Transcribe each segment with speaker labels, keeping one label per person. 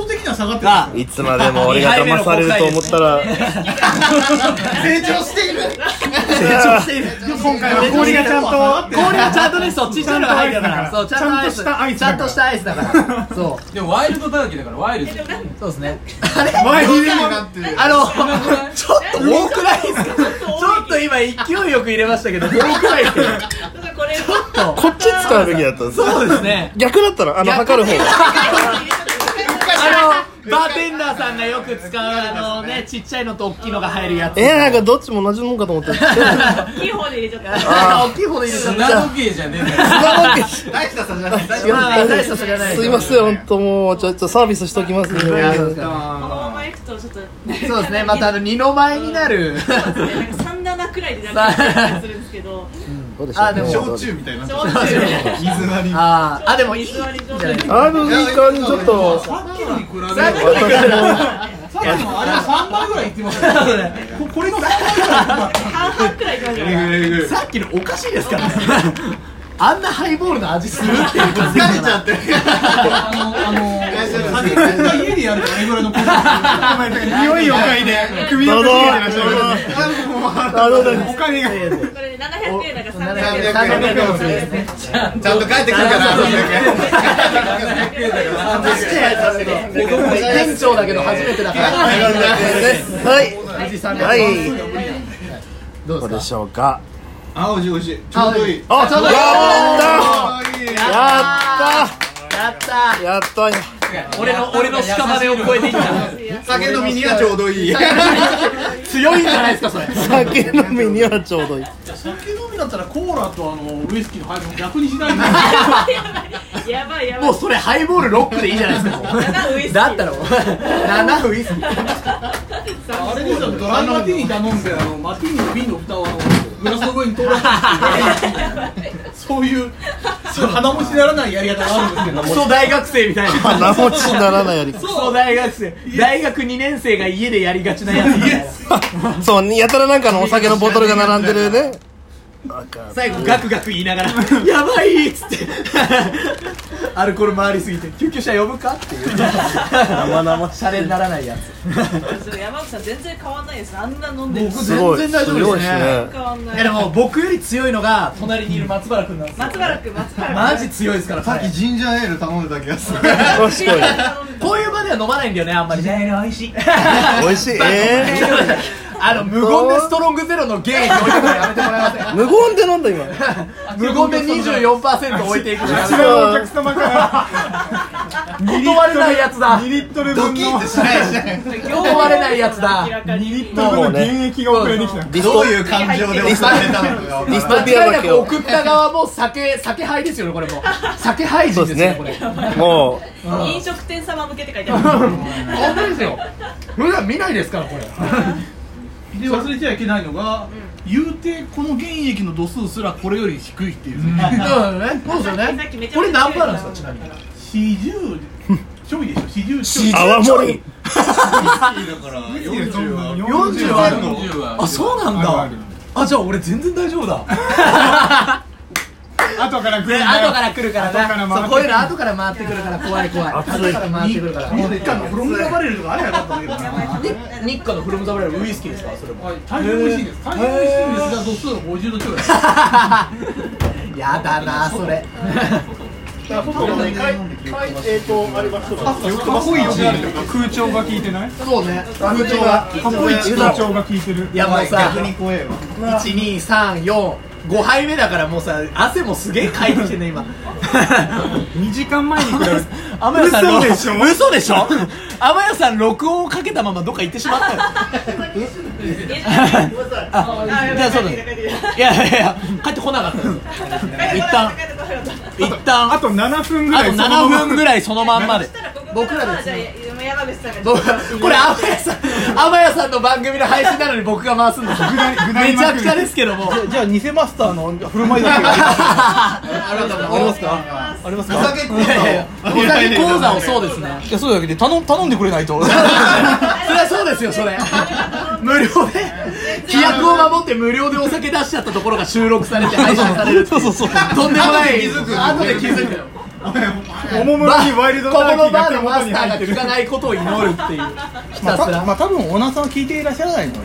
Speaker 1: ン下がって
Speaker 2: あ
Speaker 1: ま
Speaker 3: いつまでも俺が騙されると思ったら、
Speaker 1: す成長している今回は
Speaker 4: 氷がちゃんと
Speaker 2: 氷がちゃんとね、そう、ちっちゃいのが入ってたから。
Speaker 4: ちゃんと
Speaker 2: そう、ちゃんとアイス。
Speaker 4: ちゃんとしたアイス
Speaker 2: ちゃんとしたアイスだから。そ
Speaker 5: でもワイルドだらけだからワイルド
Speaker 2: う、そうですね。
Speaker 4: 前に
Speaker 1: になってる
Speaker 2: あの、ちょっと多くないですかちょっと今勢いよく入れましたけど、多くないですか
Speaker 6: これ
Speaker 2: ちょっと。
Speaker 3: こっち使うべきだったんです
Speaker 2: そうですね。
Speaker 3: 逆だったら、あの、測る方が。
Speaker 2: あの、バーテンダーさんがよく使う、あのね、ちっちゃいのと大きいのが入るやつ。
Speaker 3: えー、なんかどっちも同じもんかと思って。
Speaker 6: 大きい方で入れちゃった
Speaker 3: あ
Speaker 2: 大きいほど入れちゃった。
Speaker 5: 砂時計じゃねえんだよ
Speaker 3: 砂時計
Speaker 1: 大した差じゃない
Speaker 2: いやまあ大した差じゃない
Speaker 3: すいません、本当もう、ちょっとサービスしときますね。
Speaker 6: このまま行くとちょっと
Speaker 2: そうですね、またあの、二の舞にな る。
Speaker 6: なんか3七くらいでなんかするんですけど
Speaker 3: どうでしょう
Speaker 2: あ、でも、
Speaker 1: 焼酎みたいになって
Speaker 6: 焼酎
Speaker 1: る水割り
Speaker 2: あー、あ、でもいい。
Speaker 6: 水割り上手
Speaker 2: いいん
Speaker 6: に
Speaker 2: じ
Speaker 3: あの、いい感じ、ちょっと、
Speaker 1: さっきのに比べれば
Speaker 2: さっきの
Speaker 1: さっきのあれは3倍ぐらいいってますよここれの3倍ぐ
Speaker 6: 半々くらい行きましょう
Speaker 1: らいえぐいえぐい
Speaker 2: さっきのおかしいですからね。 あんなハイボールの味するっていうこと
Speaker 1: 疲れちゃってる
Speaker 5: あのあの
Speaker 1: サビ君が家でやるとあれぐらいのこと
Speaker 4: 匂いを嗅いで首を
Speaker 3: どう
Speaker 4: か
Speaker 3: ぞ
Speaker 4: けてらっしゃる
Speaker 3: あの、なんか
Speaker 4: お金が
Speaker 6: これで700円だから300
Speaker 2: 700円
Speaker 6: 円
Speaker 2: 300円かもしれないですね
Speaker 1: ちゃんと帰ってくるから
Speaker 5: 700円だから
Speaker 2: 確かに店長だけど初めてだから
Speaker 3: はい。
Speaker 2: 富士山で
Speaker 3: はい。
Speaker 2: ど
Speaker 3: ど
Speaker 2: う
Speaker 3: う
Speaker 2: で
Speaker 3: ですしょうか。
Speaker 1: あ、美味しい美味しいちょうどいい
Speaker 3: あ、
Speaker 2: ちょうどいい
Speaker 1: ちょうどいい
Speaker 3: やっ
Speaker 2: かやった
Speaker 3: たやったや
Speaker 2: ー俺の俺の屍を超えていった
Speaker 1: 酒飲みにはちょうどいい
Speaker 2: 強いんじゃないですかそれ
Speaker 3: 酒飲みにはちょうどいい。
Speaker 4: 酒飲みだったらコーラとあのウイスキーの配分も逆にしないんだ
Speaker 6: やばいやばい
Speaker 2: もうそれハイボールロックでいいじゃないですかもう
Speaker 6: 7ウイスキー
Speaker 2: だったらもう7ウイスキー
Speaker 4: あれですよドライマティーニ頼んであのマティーニの瓶の蓋をあのグラスの上に通らせてそういうそう鼻持ちにならないやり方があるんですけど
Speaker 2: クソ大学生みたいな
Speaker 3: 鼻持ちにならないやり
Speaker 2: クソ大学生大学2年生が家でやりがちなやつみたいな
Speaker 3: そう、やたらなんかのお酒のボトルが並んでるね。
Speaker 2: 最後ガクガク言いながら「やばい!」っつってアルコール回りすぎて救急車呼ぶかっていう生々しゃれにならないやつ
Speaker 6: 山口さん全然変わんないですあんな飲んでる
Speaker 3: すごい。
Speaker 2: 全然大丈夫ですね
Speaker 3: ごいっね。
Speaker 6: 変わんない
Speaker 2: いやでも僕より強いのが隣にいる松原君なんですよ
Speaker 6: 松原君松原
Speaker 2: マジ強いですから
Speaker 1: さっき
Speaker 2: 彼
Speaker 1: ジンジャーエール頼んでた気がする
Speaker 3: 確か
Speaker 2: こういう場では飲まないんだよねあんまりね
Speaker 3: に。美味しい。え
Speaker 2: あの無言でストロングゼロのゲーム置いてくのやめてもらえません
Speaker 3: ー、無言で飲んだ今。
Speaker 2: 無言で24%置いていくのやめて
Speaker 4: 違うお客様から
Speaker 2: 断れないやつだ
Speaker 4: 2リットル
Speaker 1: ド
Speaker 4: 分
Speaker 1: キッ
Speaker 4: の
Speaker 1: てしないしない
Speaker 2: 断れないやつだ
Speaker 4: 2リットル分の原液が送られてきた
Speaker 3: ディス
Speaker 1: ど
Speaker 3: ト
Speaker 1: ういう感情で押されたのかわからない
Speaker 3: ディスト
Speaker 2: 間
Speaker 3: ピ
Speaker 2: 違
Speaker 3: ア
Speaker 2: い
Speaker 3: だ
Speaker 2: な
Speaker 3: け
Speaker 2: く
Speaker 3: を。
Speaker 2: 送った側も酒酒杯ですよねこれも酒杯
Speaker 3: そ
Speaker 2: 人で
Speaker 3: うですす
Speaker 2: よ
Speaker 3: ね
Speaker 2: これ。
Speaker 3: も
Speaker 6: 飲食店様向けって書いてある
Speaker 2: 本当ですよ普段見ないですからこれ
Speaker 4: で忘れちゃいけないのが、言うてこの原液の度数すらこれより低いっていう、
Speaker 2: そうですよ
Speaker 6: さっきめ
Speaker 2: ね
Speaker 6: ちゃめちゃ
Speaker 2: これ何パーなんですかちなみに
Speaker 4: 四十ちょいでしょ四十ちょ
Speaker 3: う、
Speaker 4: い
Speaker 3: 泡盛り。
Speaker 1: 40は
Speaker 2: 40
Speaker 1: は
Speaker 2: は
Speaker 1: あ
Speaker 2: あ
Speaker 1: る
Speaker 2: る
Speaker 1: の
Speaker 5: 40は
Speaker 2: あそうなんだあじゃあ俺全然大丈夫 だ
Speaker 4: 後から来るんだよ
Speaker 2: 後から来るから
Speaker 4: 後から回
Speaker 2: な
Speaker 4: ってくる
Speaker 2: そうこういうの後から回ってくるから怖い怖い後から回ってくるから
Speaker 4: 日韓のフロムラバレルとかあれやったんだけどな
Speaker 2: で日課のフロムザブレルウイスキーですかそれも
Speaker 4: 大変美味しいです大変美味しいんですが度数は50度ちょいだか
Speaker 2: やだなそれ
Speaker 4: ら外のねかい
Speaker 1: えっとあれは過去一
Speaker 4: 空調が効いてない
Speaker 2: そうね
Speaker 1: 空調が
Speaker 4: 過去一空調が効いてる
Speaker 2: いやもうさ
Speaker 1: 逆に怖えわ
Speaker 2: 12345杯目だからもうさ汗もすげえかいてきてね 今
Speaker 4: 2時間前に比べて
Speaker 2: 天谷さんの
Speaker 4: 嘘でしょ
Speaker 2: 嘘でしょ天谷さん録音をかけたままどっか行ってしまったよあじゃあそうだね いやいやいや帰ってこなかったです一旦一旦
Speaker 4: あ
Speaker 2: あ
Speaker 4: と7分ぐら
Speaker 2: と
Speaker 4: いそのまま
Speaker 2: 7分ぐらいそのまんまで
Speaker 6: 僕らでじゃあ山口さんが
Speaker 2: 僕これ天谷さん天谷さんの番組の配信なのに僕が回すんですよ
Speaker 4: ぐだりぐだり
Speaker 2: めち
Speaker 4: ま
Speaker 2: ゃ
Speaker 4: く
Speaker 2: く
Speaker 4: り
Speaker 2: ちゃですけども
Speaker 4: じゃあ偽マスターの振る舞いだけ
Speaker 1: あなたも
Speaker 4: ありますかあります
Speaker 1: お酒講
Speaker 2: いやいや
Speaker 1: 座を
Speaker 2: お酒講座をそうですね
Speaker 4: いやそうだけで頼頼んでくれない と
Speaker 2: それはそうですよそれ無料で 規約を守って無料でお酒出しちゃったところが収録されて配信されるっていうとんでもない
Speaker 1: 後で気づく
Speaker 2: 後で気づく
Speaker 1: おもむろにワイルド
Speaker 2: こ
Speaker 1: タ
Speaker 2: こ
Speaker 1: ーキ
Speaker 2: の
Speaker 1: ーが
Speaker 2: バー
Speaker 1: 手
Speaker 2: のマ
Speaker 1: 元
Speaker 2: ス
Speaker 1: に
Speaker 2: ター
Speaker 1: 入っ
Speaker 2: が
Speaker 1: て
Speaker 2: 聞
Speaker 1: る
Speaker 2: かないことを祈るっていうひ
Speaker 3: まあ
Speaker 2: たす
Speaker 3: た
Speaker 2: ら、
Speaker 3: まあ多分オーナーさんは聞いていらっしゃらないのね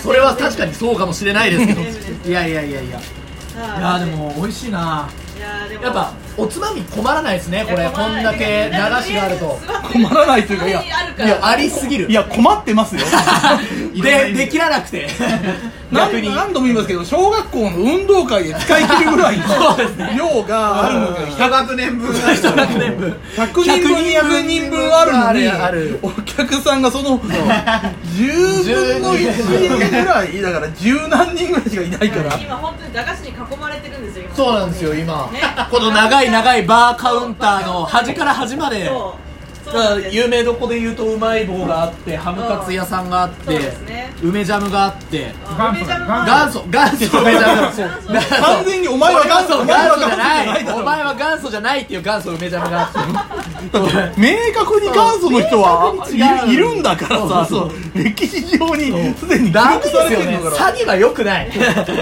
Speaker 2: それは確かにそうかもしれないですけど
Speaker 6: 大丈夫です
Speaker 2: いやいやいやいやい
Speaker 6: はい
Speaker 2: やでも美味しいない
Speaker 6: やーでも
Speaker 2: やっぱおつまみ困らないですねこれこんだけ流しがあると
Speaker 3: 困らないというかいや
Speaker 2: いやありすぎる
Speaker 3: いや困ってますよ
Speaker 2: でできらなくて逆
Speaker 3: 何
Speaker 2: に
Speaker 3: 何度も言いますけど小学校の運動会で使い切るぐらいの 量があるのが
Speaker 2: 100年分100年分
Speaker 3: 100人分200人分あるのに
Speaker 2: ある
Speaker 3: お客さんがその10分の1ぐらいだから十何人ぐらいしかいないから
Speaker 6: 今本当に駄菓子に囲まれてるんですよ今
Speaker 2: そうなんですよ今
Speaker 6: ね
Speaker 2: この長い長いバーカウンターの端から端まで
Speaker 6: そうそ
Speaker 2: だか
Speaker 6: うなん
Speaker 2: ら
Speaker 6: です
Speaker 2: 有名どこで言うとうまい棒があってハムカツ屋さんがあっ
Speaker 6: そう
Speaker 2: て
Speaker 6: ですね
Speaker 2: 梅ジャムがあって
Speaker 6: あ梅ジャムは
Speaker 2: 元祖元祖梅ジャム
Speaker 6: そう
Speaker 2: 元祖
Speaker 3: 完全にお前は元祖
Speaker 2: 元祖
Speaker 3: お
Speaker 2: じ
Speaker 3: 前は元
Speaker 2: ゃな
Speaker 3: 祖じゃない
Speaker 2: い
Speaker 3: だろ
Speaker 2: お前は元祖じゃないっていう元祖梅ジャムがあって
Speaker 3: 明確に元祖の人
Speaker 2: そう
Speaker 3: はいい
Speaker 2: 明確に違う
Speaker 3: るんだからさ
Speaker 2: そう
Speaker 3: そう歴史上にすでに記
Speaker 2: ダメで
Speaker 3: 録
Speaker 2: す
Speaker 3: されて
Speaker 2: よ
Speaker 3: る
Speaker 2: ね
Speaker 3: んだから
Speaker 2: 詐欺は良くない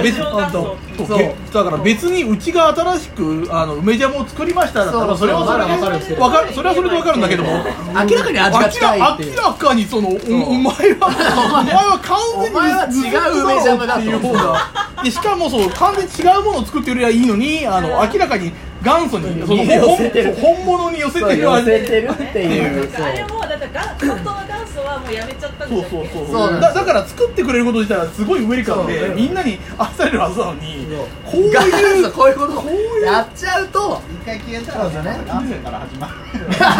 Speaker 3: 別
Speaker 6: 元祖
Speaker 2: 本当
Speaker 3: そう
Speaker 2: そう
Speaker 3: だから別にうちが新しくあの梅ジャムを作りましただったらそれはそれで
Speaker 2: わかるんですけど
Speaker 3: わかるそれはそれでわかるんだけども
Speaker 2: 明らかに味が
Speaker 3: 明ら
Speaker 2: 近いっていう
Speaker 3: 明らかにそのおお前はお前は完全に
Speaker 2: お前は違う梅ジャムだと
Speaker 3: っていう方がでしかもそう完全に違うものを作ってるよりはいいのにあの明らかに元祖にその
Speaker 2: 寄せ
Speaker 3: 本
Speaker 2: てる
Speaker 3: 本物に寄せてる
Speaker 2: 寄
Speaker 3: 味
Speaker 2: せてるっていう
Speaker 6: あれもうだって元本当の元祖はもうやめちゃったん
Speaker 3: そ
Speaker 6: で
Speaker 3: う
Speaker 6: す
Speaker 3: そ
Speaker 6: よ
Speaker 3: うそう
Speaker 2: そうなんです
Speaker 3: だだから作ってくれること自体はすごいウェルカム
Speaker 2: そう
Speaker 3: でみんなに愛されるはずなのに
Speaker 2: そう
Speaker 3: こうい
Speaker 2: 元祖
Speaker 3: う
Speaker 2: こういうことやっちゃうと
Speaker 1: 一回消えたらね何世から始まる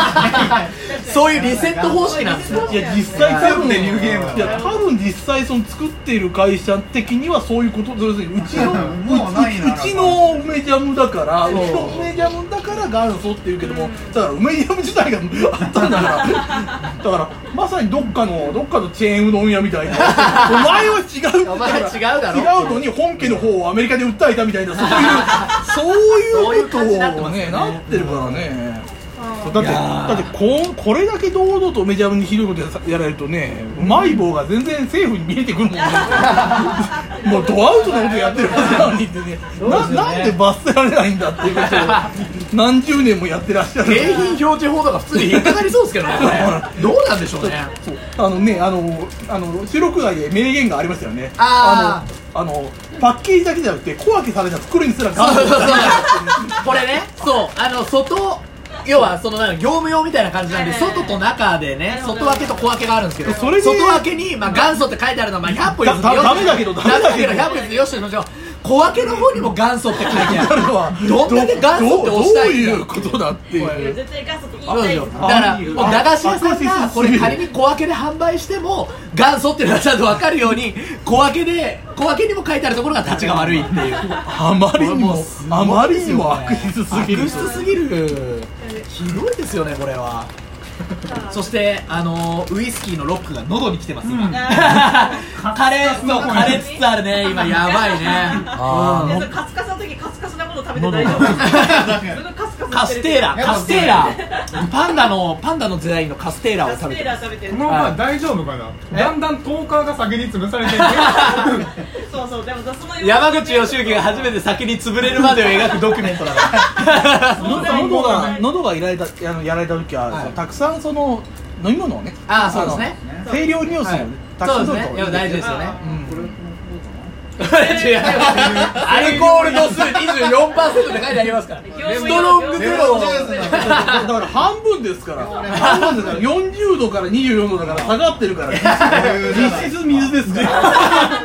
Speaker 2: そういうリセット方式なんですよ
Speaker 3: いや実際多分
Speaker 1: ニューゲーム
Speaker 3: いや多分実際その作っている会社的にはそういうこと要するにうちの
Speaker 1: もうないな
Speaker 3: うちの梅ジャムだからうちの梅ジャムだから元祖っていうけどもだから梅ジャム自体があったんだからだからまさにどっかのどっかのチェーンうどん屋みたいなお前は違うって
Speaker 2: お前は違うだろ
Speaker 3: 違うのに本家の方をアメリカで訴えたみたいなそういうそういうこと
Speaker 2: そういう感じになってますよね
Speaker 3: をねなってるからねだってだってここれだけ堂々と梅ジャムにひどいことやさやられるとねうまい棒が全然政府に見えてくるも んねもうドアウトなことやってるはずなのにってねななんで罰せられないんだってい うことを何十年もやってらっしゃる
Speaker 2: 景品表示法とか普通に引っかかりそうですけどねこれどうなんでしょうね
Speaker 3: そうあのねあのあの収録外で名言がありましたよね
Speaker 2: あー
Speaker 3: あのあのパッケージだけじゃなくて小分けされた袋にすら
Speaker 2: そうそうそう
Speaker 3: 元
Speaker 2: これねそうあの外要はそのなんか業務用みたいな感じなんで
Speaker 6: はいはいはい
Speaker 2: 外と中でね外分けと小分けがあるんですけど
Speaker 3: それで
Speaker 2: 外分けに、まあ、元祖って書いてあるのは、まあ、100歩譲って
Speaker 3: だ
Speaker 2: よ
Speaker 3: ダメだけど
Speaker 2: 100
Speaker 3: ダ
Speaker 2: 歩
Speaker 3: メだけど
Speaker 2: 100歩譲ってよしとしましょう小分けの方にも元祖って書いてある
Speaker 3: 祖は
Speaker 2: どんだけ元祖って押したいんだ
Speaker 3: どどういうことだって
Speaker 6: い
Speaker 3: い
Speaker 6: や
Speaker 3: う
Speaker 6: 絶対元祖って言い
Speaker 2: そう
Speaker 6: た
Speaker 2: で
Speaker 6: い
Speaker 2: す
Speaker 6: で
Speaker 2: よ
Speaker 6: す
Speaker 2: だからもう駄菓子屋さんがこれ仮に小分けで販売しても元祖っていうのはちゃんと分かるように小分けで小分けにも書いてあるところが立ちが悪いっていう
Speaker 3: あまりにもあまりにも悪質すぎる
Speaker 2: 悪質すぎるひどいですよねこれはそしてあのーウイスキーのロックが喉に来てます今 カレーそうカレーつつあるね今やばい
Speaker 6: いや
Speaker 2: ね
Speaker 6: それカスカスの時カスカスなもの食べて大丈夫ですかカスカ
Speaker 2: うん
Speaker 6: ス
Speaker 2: カステーラカステーラパンダのパンダの時代のカステーラを
Speaker 6: カス
Speaker 2: 食べ
Speaker 6: テ
Speaker 2: て
Speaker 6: ー
Speaker 2: ま
Speaker 6: ラ
Speaker 2: す
Speaker 6: 食べてる
Speaker 5: このまま大丈夫かなだんだんトーカーが先に潰されていく
Speaker 6: そうそうでもその
Speaker 2: 山口義行が初めて先に潰れるまでを描くドキュメントだから
Speaker 3: 喉が喉がやられたあのやられた時は、
Speaker 2: はい
Speaker 3: たくさんその飲み物をね
Speaker 2: あーそうですね
Speaker 3: の清涼乳
Speaker 2: は
Speaker 3: 水
Speaker 2: い
Speaker 3: をたくさん
Speaker 2: そ
Speaker 3: 取
Speaker 2: う
Speaker 3: る
Speaker 2: ですねやっ
Speaker 3: と
Speaker 2: ぱ大事ですよね
Speaker 6: ー
Speaker 2: 違うアルコール度数24%って書いてありますからストロングゼロを
Speaker 3: だから半分ですから半分ですから40度から24度だから下がってるから 実質水ですから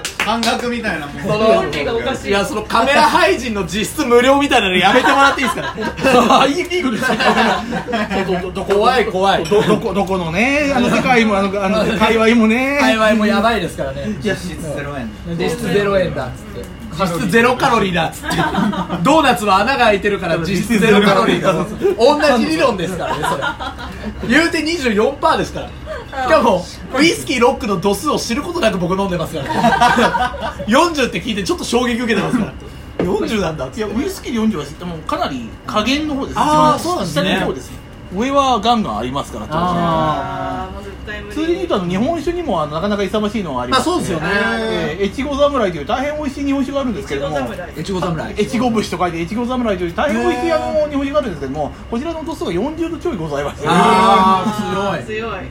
Speaker 1: 半額みたいなもん
Speaker 2: そ
Speaker 6: 本人がおかしい
Speaker 2: いやそのカメラ配信の実質無料みたいなのやめてもらっていいですか
Speaker 3: あいいビーグルしてる
Speaker 2: 怖い怖い
Speaker 3: どどこどこのねあの世界もあのあ の界隈もね
Speaker 2: 界隈もやばいですからね
Speaker 1: 実質ゼロ円
Speaker 2: 実質0円だっつって実質ゼロカロリーだっつってドーナツは穴が開いてるから実質ゼロカロリ ーだっつって同じ理論ですからねそれ言うて24%ですからしかもウイスキーロックの度数を知ることなく僕飲んでますから40って聞いてちょっと衝撃受けてますから40なんだっつ
Speaker 3: い
Speaker 2: っ
Speaker 3: や
Speaker 2: て
Speaker 3: ウイスキー40は知ってもかなり加減の方です
Speaker 2: あーそうなんですね
Speaker 3: 下の方ですね上はガンガンありますから当然
Speaker 2: あ
Speaker 6: あーもう絶対タイム
Speaker 3: ついでに言うとあの日本酒にもあのなかなか勇ましいのがありま
Speaker 2: まあ
Speaker 3: す、
Speaker 2: そうですよね
Speaker 3: えー、越後侍という大変美味しい日本酒があるんですけれども
Speaker 6: 侍
Speaker 2: 越後侍
Speaker 3: 越後節と書いて越後侍という大変美味しいあの日本酒があるんですけどもこちらの度数が40度ちょいございます
Speaker 2: あー強い
Speaker 6: 強い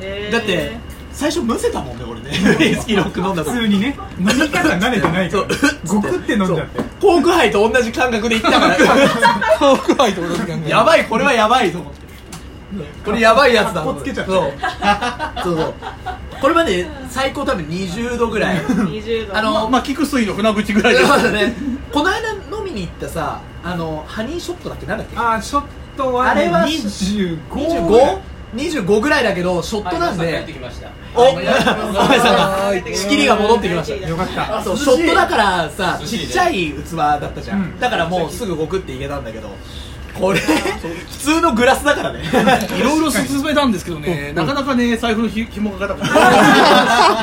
Speaker 6: えー
Speaker 2: だって最初むせたもんね俺ね ウイスキーロック飲んだ時
Speaker 5: 普通にね飲み方慣れてないからゴクって飲んじゃって
Speaker 2: コークハイと同じ感覚で行った から
Speaker 3: 遠くないと同じ 感
Speaker 2: やばいこれはやばいと思ってこれやばいやつだ
Speaker 5: かっこつけちゃって
Speaker 2: そうそうそうこれまで最高多分20度ぐらい
Speaker 6: 20度
Speaker 2: あの
Speaker 3: ままあ菊水の船口ぐらいです
Speaker 2: そうだねこの間飲みに行ったさあのハニーショットだっけなんだっけ
Speaker 5: ああショットは
Speaker 2: あれは
Speaker 5: 25
Speaker 2: 25? 25ぐらいだけどショットなん
Speaker 7: はい皆さん帰って
Speaker 2: で
Speaker 7: きました
Speaker 2: おお前さん
Speaker 6: は
Speaker 2: が
Speaker 6: い
Speaker 2: 仕切りが戻ってきました
Speaker 5: よかった
Speaker 2: そうショットだからさちっちゃい器だったじゃん、
Speaker 5: うん
Speaker 2: だからもうすぐごくっていけたんだけどこれ普通のグラスだからね
Speaker 3: いろいろ進めたんですけど ねなかなかね財布のひ紐がかかった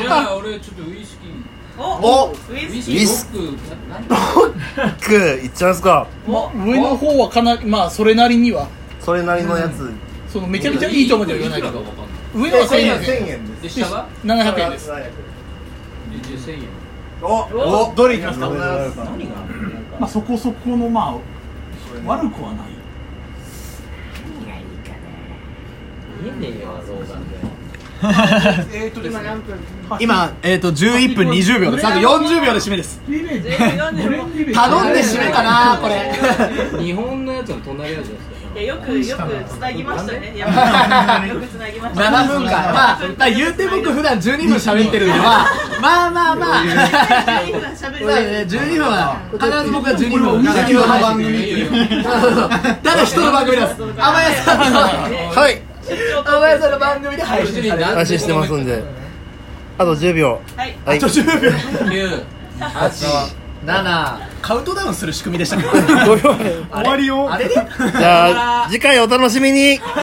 Speaker 7: じゃあ俺ちょっとウイスキー
Speaker 6: お
Speaker 2: お
Speaker 6: ウイ
Speaker 7: ウイ
Speaker 6: ス
Speaker 7: ス
Speaker 6: キ
Speaker 7: キ
Speaker 8: ウイス
Speaker 7: ーロックななんだ
Speaker 8: クいっちゃいますか
Speaker 3: 上の方はかなりまあそれなりには
Speaker 8: それなりのやつ
Speaker 3: そのめちゃめちゃいいとまでは言わないけど上のは1000円で
Speaker 1: 円です
Speaker 7: で下は
Speaker 3: 700円です
Speaker 7: でじゃあ1000円
Speaker 8: おどれいきますか
Speaker 4: まあそこそこのまあ悪くはない
Speaker 3: えーっとです
Speaker 6: 今
Speaker 3: ね
Speaker 6: 何分
Speaker 2: 今、えー、と11分20秒ですあと40秒で締めです
Speaker 6: 14でも
Speaker 2: 頼んで締めかなこれ
Speaker 7: 日本のやつの隣のやつですか
Speaker 6: いやよくよくつなぎました ねやっぱりよくつなぎました
Speaker 2: 7分間まあ、まあ、言って僕普段12分喋ってるんでまあまあまあまあ
Speaker 6: 12分喋
Speaker 2: まあね
Speaker 6: る
Speaker 2: 12分は必ず僕は12分
Speaker 1: これ
Speaker 2: 12分配信
Speaker 1: 番組
Speaker 7: いやいやいや
Speaker 2: そうそうただ人の番組なんです甘やさんの
Speaker 8: はい
Speaker 2: 甘やさんの番組で配信
Speaker 7: 別
Speaker 2: さ
Speaker 7: に
Speaker 2: れる
Speaker 7: 何
Speaker 8: 配信してますんであと10秒
Speaker 6: はい
Speaker 8: はい
Speaker 2: 10秒
Speaker 7: 9 8
Speaker 2: 7カウントダウンする仕組みでしたけど
Speaker 8: 5秒前
Speaker 5: 終わりを
Speaker 2: あれね
Speaker 8: じゃあ次回お楽しみに